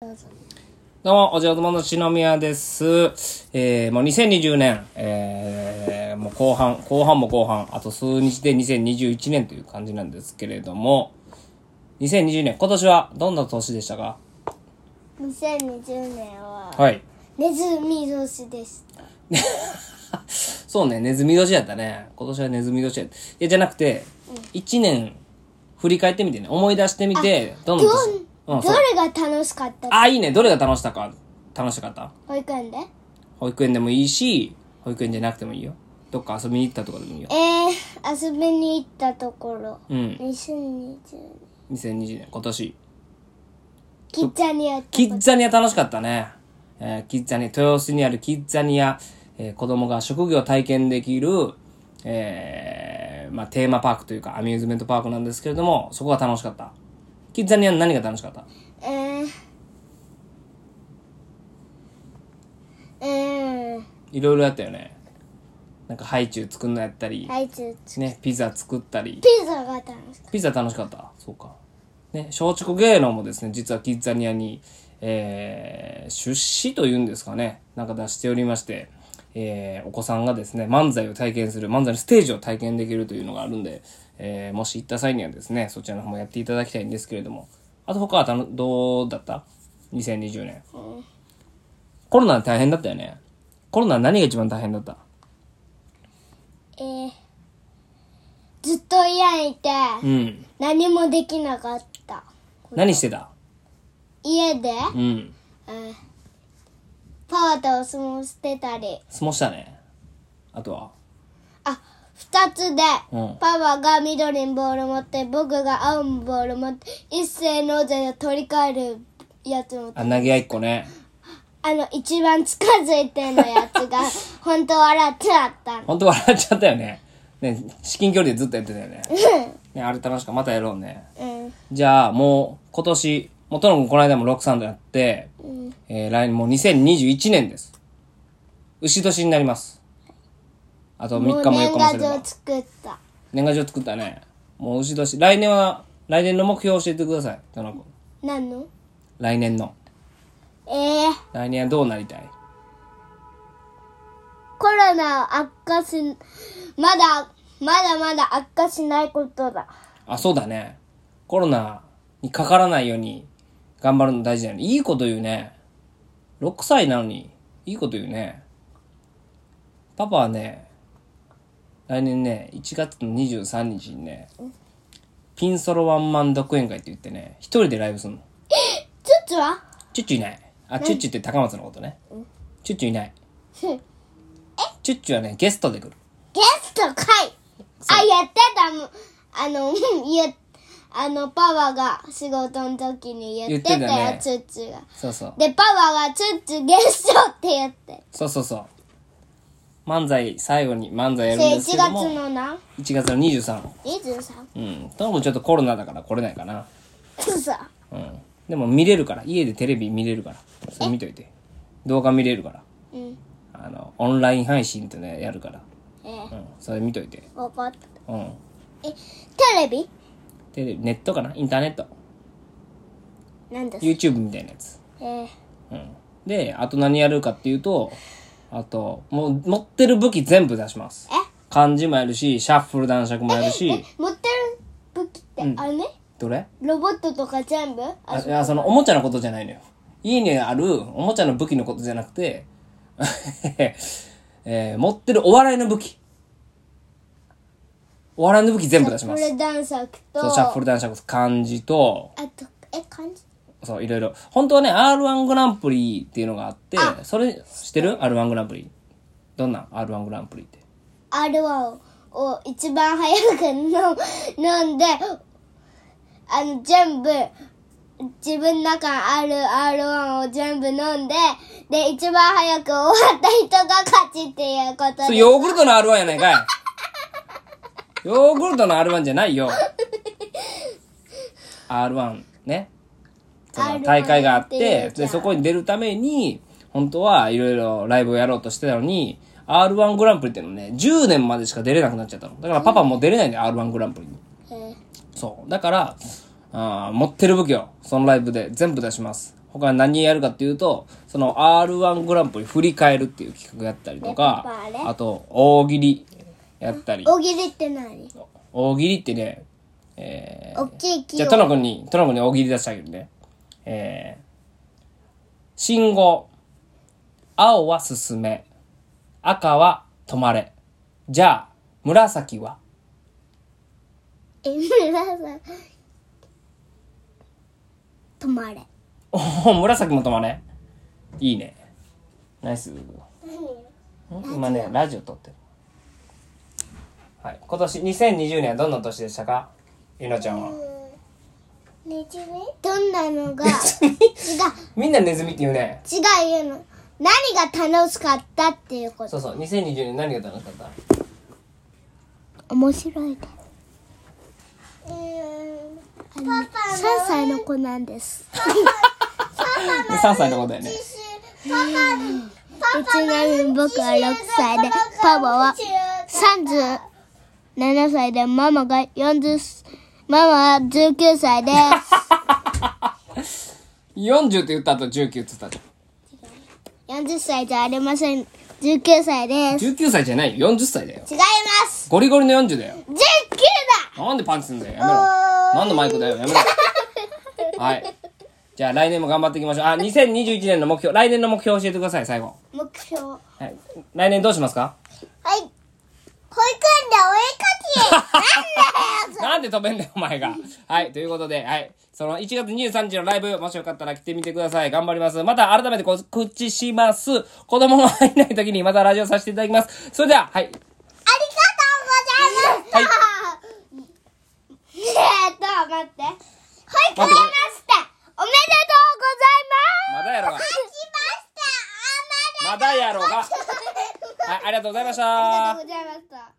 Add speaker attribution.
Speaker 1: さん
Speaker 2: どうも、おじおともの篠宮です。えー、もう2020年、えー、もう後半、後半も後半、あと数日で2021年という感じなんですけれども、2020年、今年はどんな年でしたか
Speaker 1: 2020年は、
Speaker 2: はい。
Speaker 1: ネズミ年でした
Speaker 2: そうね、ネズミ年やったね。今年はネズミ年やった。いや、じゃなくて、1年振り返ってみてね、思い出してみて、どん
Speaker 1: ど
Speaker 2: な年
Speaker 1: ん、
Speaker 2: うん、
Speaker 1: ど
Speaker 2: そう。
Speaker 1: れが楽しかった
Speaker 2: あ、いいね、どれが楽しかったか、楽しかった
Speaker 1: 保育園で
Speaker 2: 保育園でもいいし、保育園じゃなくてもいいよ。どっか遊びに行ったとかでもいいよ。
Speaker 1: えー、遊びに行ったところ
Speaker 2: うん。
Speaker 1: 2020年
Speaker 2: 2020年今年
Speaker 1: キッザニア
Speaker 2: キ
Speaker 1: と
Speaker 2: ッザニア楽しかったね、えーキッザニア豊洲にあるキッザニア、えー子供が職業体験できる、えーまあ、テーマパークというかアミューズメントパークなんですけれどもそこが楽しかったキッザニアの何が楽しかった
Speaker 1: えーうん
Speaker 2: いろいろやったよねなんかハイチュウ作るのやったり、
Speaker 1: あいつ
Speaker 2: ね、ピザ作ったり
Speaker 1: ピザが楽しかっ
Speaker 2: ピザ楽しかった。そうか。ね、松竹芸能もですね、実はキッザニアに、えー出資というんですかね、なんか出しておりまして、えーお子さんがですね、漫才を体験する、漫才のステージを体験できるというのがあるんで、えーもし行った際にはですね、そちらの方もやっていただきたいんですけれども、あと他はたのどうだった ?2020 年。コロナ大変だったよね。コロナ何が一番大変だった
Speaker 1: たえー、ずっと家にいて
Speaker 2: うん。
Speaker 1: 何もできなかった
Speaker 2: 何してた
Speaker 1: 家で、
Speaker 2: うん。
Speaker 1: うんパワーとお相撲してたり
Speaker 2: 相撲したね。あとは
Speaker 1: あ二つで、
Speaker 2: うん
Speaker 1: パワーが緑のボール持って僕が青のボール持って一斉の勢を取り替えるやつ持って
Speaker 2: あ、投げ合いっこね。
Speaker 1: あの一番近づいてのやつ が本当笑っちゃったの
Speaker 2: 本当笑っちゃったよね。ね、至近距離でずっとやってたよね。ね、あれ楽しかった。またやろうね。
Speaker 1: うん
Speaker 2: じゃあ、もう、今年、もうとのくこの間もロックサンドやって、えー、来年もう2021年です。牛年になります。あと3日
Speaker 1: もう
Speaker 2: も4
Speaker 1: 年
Speaker 2: 日もす
Speaker 1: 賀
Speaker 2: れば
Speaker 1: 状。作った
Speaker 2: 年賀状作ったね。もう牛年。来年は、来年の目標を教えてください。とのく
Speaker 1: 何の
Speaker 2: 来年の。
Speaker 1: えー、
Speaker 2: 来年はどうなりたい
Speaker 1: コロナを悪化しまだまだまだ悪化しないことだ
Speaker 2: あ、そうだね。コロナにかからないように頑張るの大事だよね。いいこと言うね。6歳なのに、いいこと言うね。パパはね、来年ね、1月の23日にね、ピンソロワンマン独演会って言ってね、一人でライブするの。
Speaker 1: ちょっとは
Speaker 2: チュッチュいない。あ、チュッチュって高松のことね。チュッチュいない。
Speaker 1: え
Speaker 2: チュッチュはね、ゲストで来る。
Speaker 1: ゲストかいあ、やってたもん。あの、 うん言うあの、パワーが仕事の時に言ってた
Speaker 2: 言ってた
Speaker 1: よ、
Speaker 2: ね
Speaker 1: ツッツーが。
Speaker 2: そうそう。
Speaker 1: で、パワーがツッツーゲストって言って。
Speaker 2: そうそうそう。漫才、最後に漫才や
Speaker 1: そ
Speaker 2: るん
Speaker 1: れ1
Speaker 2: で
Speaker 1: 月
Speaker 2: すけども、1
Speaker 1: のな、
Speaker 2: 月の23。
Speaker 1: 23?
Speaker 2: うん。多分ちょっとコロナだから来れないかな。
Speaker 1: くそ。
Speaker 2: うん。でも見れるから。家でテレビ見れるから。それ見といて。動画見れるから。
Speaker 1: うん。
Speaker 2: あの、オンライン配信ってね、やるから。
Speaker 1: えー
Speaker 2: うん。それ見といて。
Speaker 1: わかった。
Speaker 2: うん。
Speaker 1: え、テレビ
Speaker 2: テレビ、ネットかなインターネット。
Speaker 1: なんです
Speaker 2: YouTube みたいなやつ。
Speaker 1: えー
Speaker 2: うん。で、あと何やるかっていうと、あと、もう持ってる武器全部出します。漢字もやるし、シャッフル男爵もやる
Speaker 1: え
Speaker 2: し、
Speaker 1: 持ってる武器って、あれね、
Speaker 2: どれ
Speaker 1: ロボットとか全部あ
Speaker 2: あいやそのおもちゃのことじゃないのよ家にあるおもちゃの武器のことじゃなくて、 えー持ってるお笑いの武器お笑いの武器全部出し
Speaker 1: こ
Speaker 2: ます
Speaker 1: れ男爵と、
Speaker 2: そうシャッフル男爵漢字と
Speaker 1: あと、え、漢字
Speaker 2: そういろいろ本当はね r 1グランプリっていうのがあってそれ知ってる r 1グランプリどんなん r 1グランプリって
Speaker 1: あれはを一番早く飲飲んであの全部自分の中にある R1 を全部飲んでで一番早く終わった人が勝ちっていうこと
Speaker 2: そ
Speaker 1: で
Speaker 2: れヨーグルトの r 1やないかいヨーグルトの r 1じゃないよ r 1ねその
Speaker 1: R1
Speaker 2: 大会があっ
Speaker 1: やって
Speaker 2: て
Speaker 1: るじゃ
Speaker 2: で
Speaker 1: ん
Speaker 2: そこに出るために本当はいろいろライブをやろうとしてたのに r 1グランプリっていうのね10年までしか出れなくなっちゃったのだからパパもう出れないんだよ r 1グランプリに
Speaker 1: えー
Speaker 2: そうだからあー持ってる武器をそのライブで全部出しますこから何やるかっていうと、その R1 グランプリ振り返るっていう企画やったりと
Speaker 1: レ
Speaker 2: か
Speaker 1: パーレ、
Speaker 2: あと、大喜利やったり。
Speaker 1: 大喜利って何
Speaker 2: 大喜利ってね、えー
Speaker 1: 大きい木
Speaker 2: じゃ
Speaker 1: を
Speaker 2: あ、トナ君に、トナ君に大喜利出してあげるね。えー、信号。青は進め。赤は止まれ。じゃあ、紫は
Speaker 1: え紫止まれ
Speaker 2: おー紫も止まれ。いいね。ナイス。ん今ね、ラジオ撮ってる。はい。今年、2020年はどんな年でしたかゆなちゃんは。
Speaker 1: ネズミどんなのが違う
Speaker 2: みんなネズミって言うね。
Speaker 1: 違う言うの何が楽しかったっていうこ
Speaker 2: そ
Speaker 1: と
Speaker 2: うそう。2020年何が楽しかった
Speaker 1: 面白いですあの3歳の子なんです
Speaker 2: 3歳のことだよね。
Speaker 1: えちなみに僕は6歳でパパは37歳でママが40ママは19歳です
Speaker 2: 40って言った後19って言ったじゃ
Speaker 1: 40歳じゃありません19歳です
Speaker 2: ん。19歳じゃないよ。40歳だよ。
Speaker 1: 違います
Speaker 2: ゴリゴリの40だよ。
Speaker 1: 19
Speaker 2: なんでパンチすんだよ。やめろ。
Speaker 1: だ
Speaker 2: なんのマイクだよ。やめ ろ。はい。じゃあ来年も頑張っていきましょう。あ、2021年の目標。来年の目標教えてください、最後。
Speaker 1: 目標はい
Speaker 2: はい。来年どうしますか
Speaker 1: 保育園でお絵 かきなんだよ
Speaker 2: なんで飛べんだよ、お前が。はい。ということで、はい。その1月23日のライブ、もしよかったら来てみてください。頑張ります。また改めて告知します。子供がいない時にまたラジオさせていただきます。それでは、はい。
Speaker 1: ありがとうございました、 えーっと待って保育園ましておめでとうございます
Speaker 2: まだやろが
Speaker 1: 勝ちましたあまり
Speaker 2: まだやろが。はい、ありがとうございまし た
Speaker 1: ありがとうございました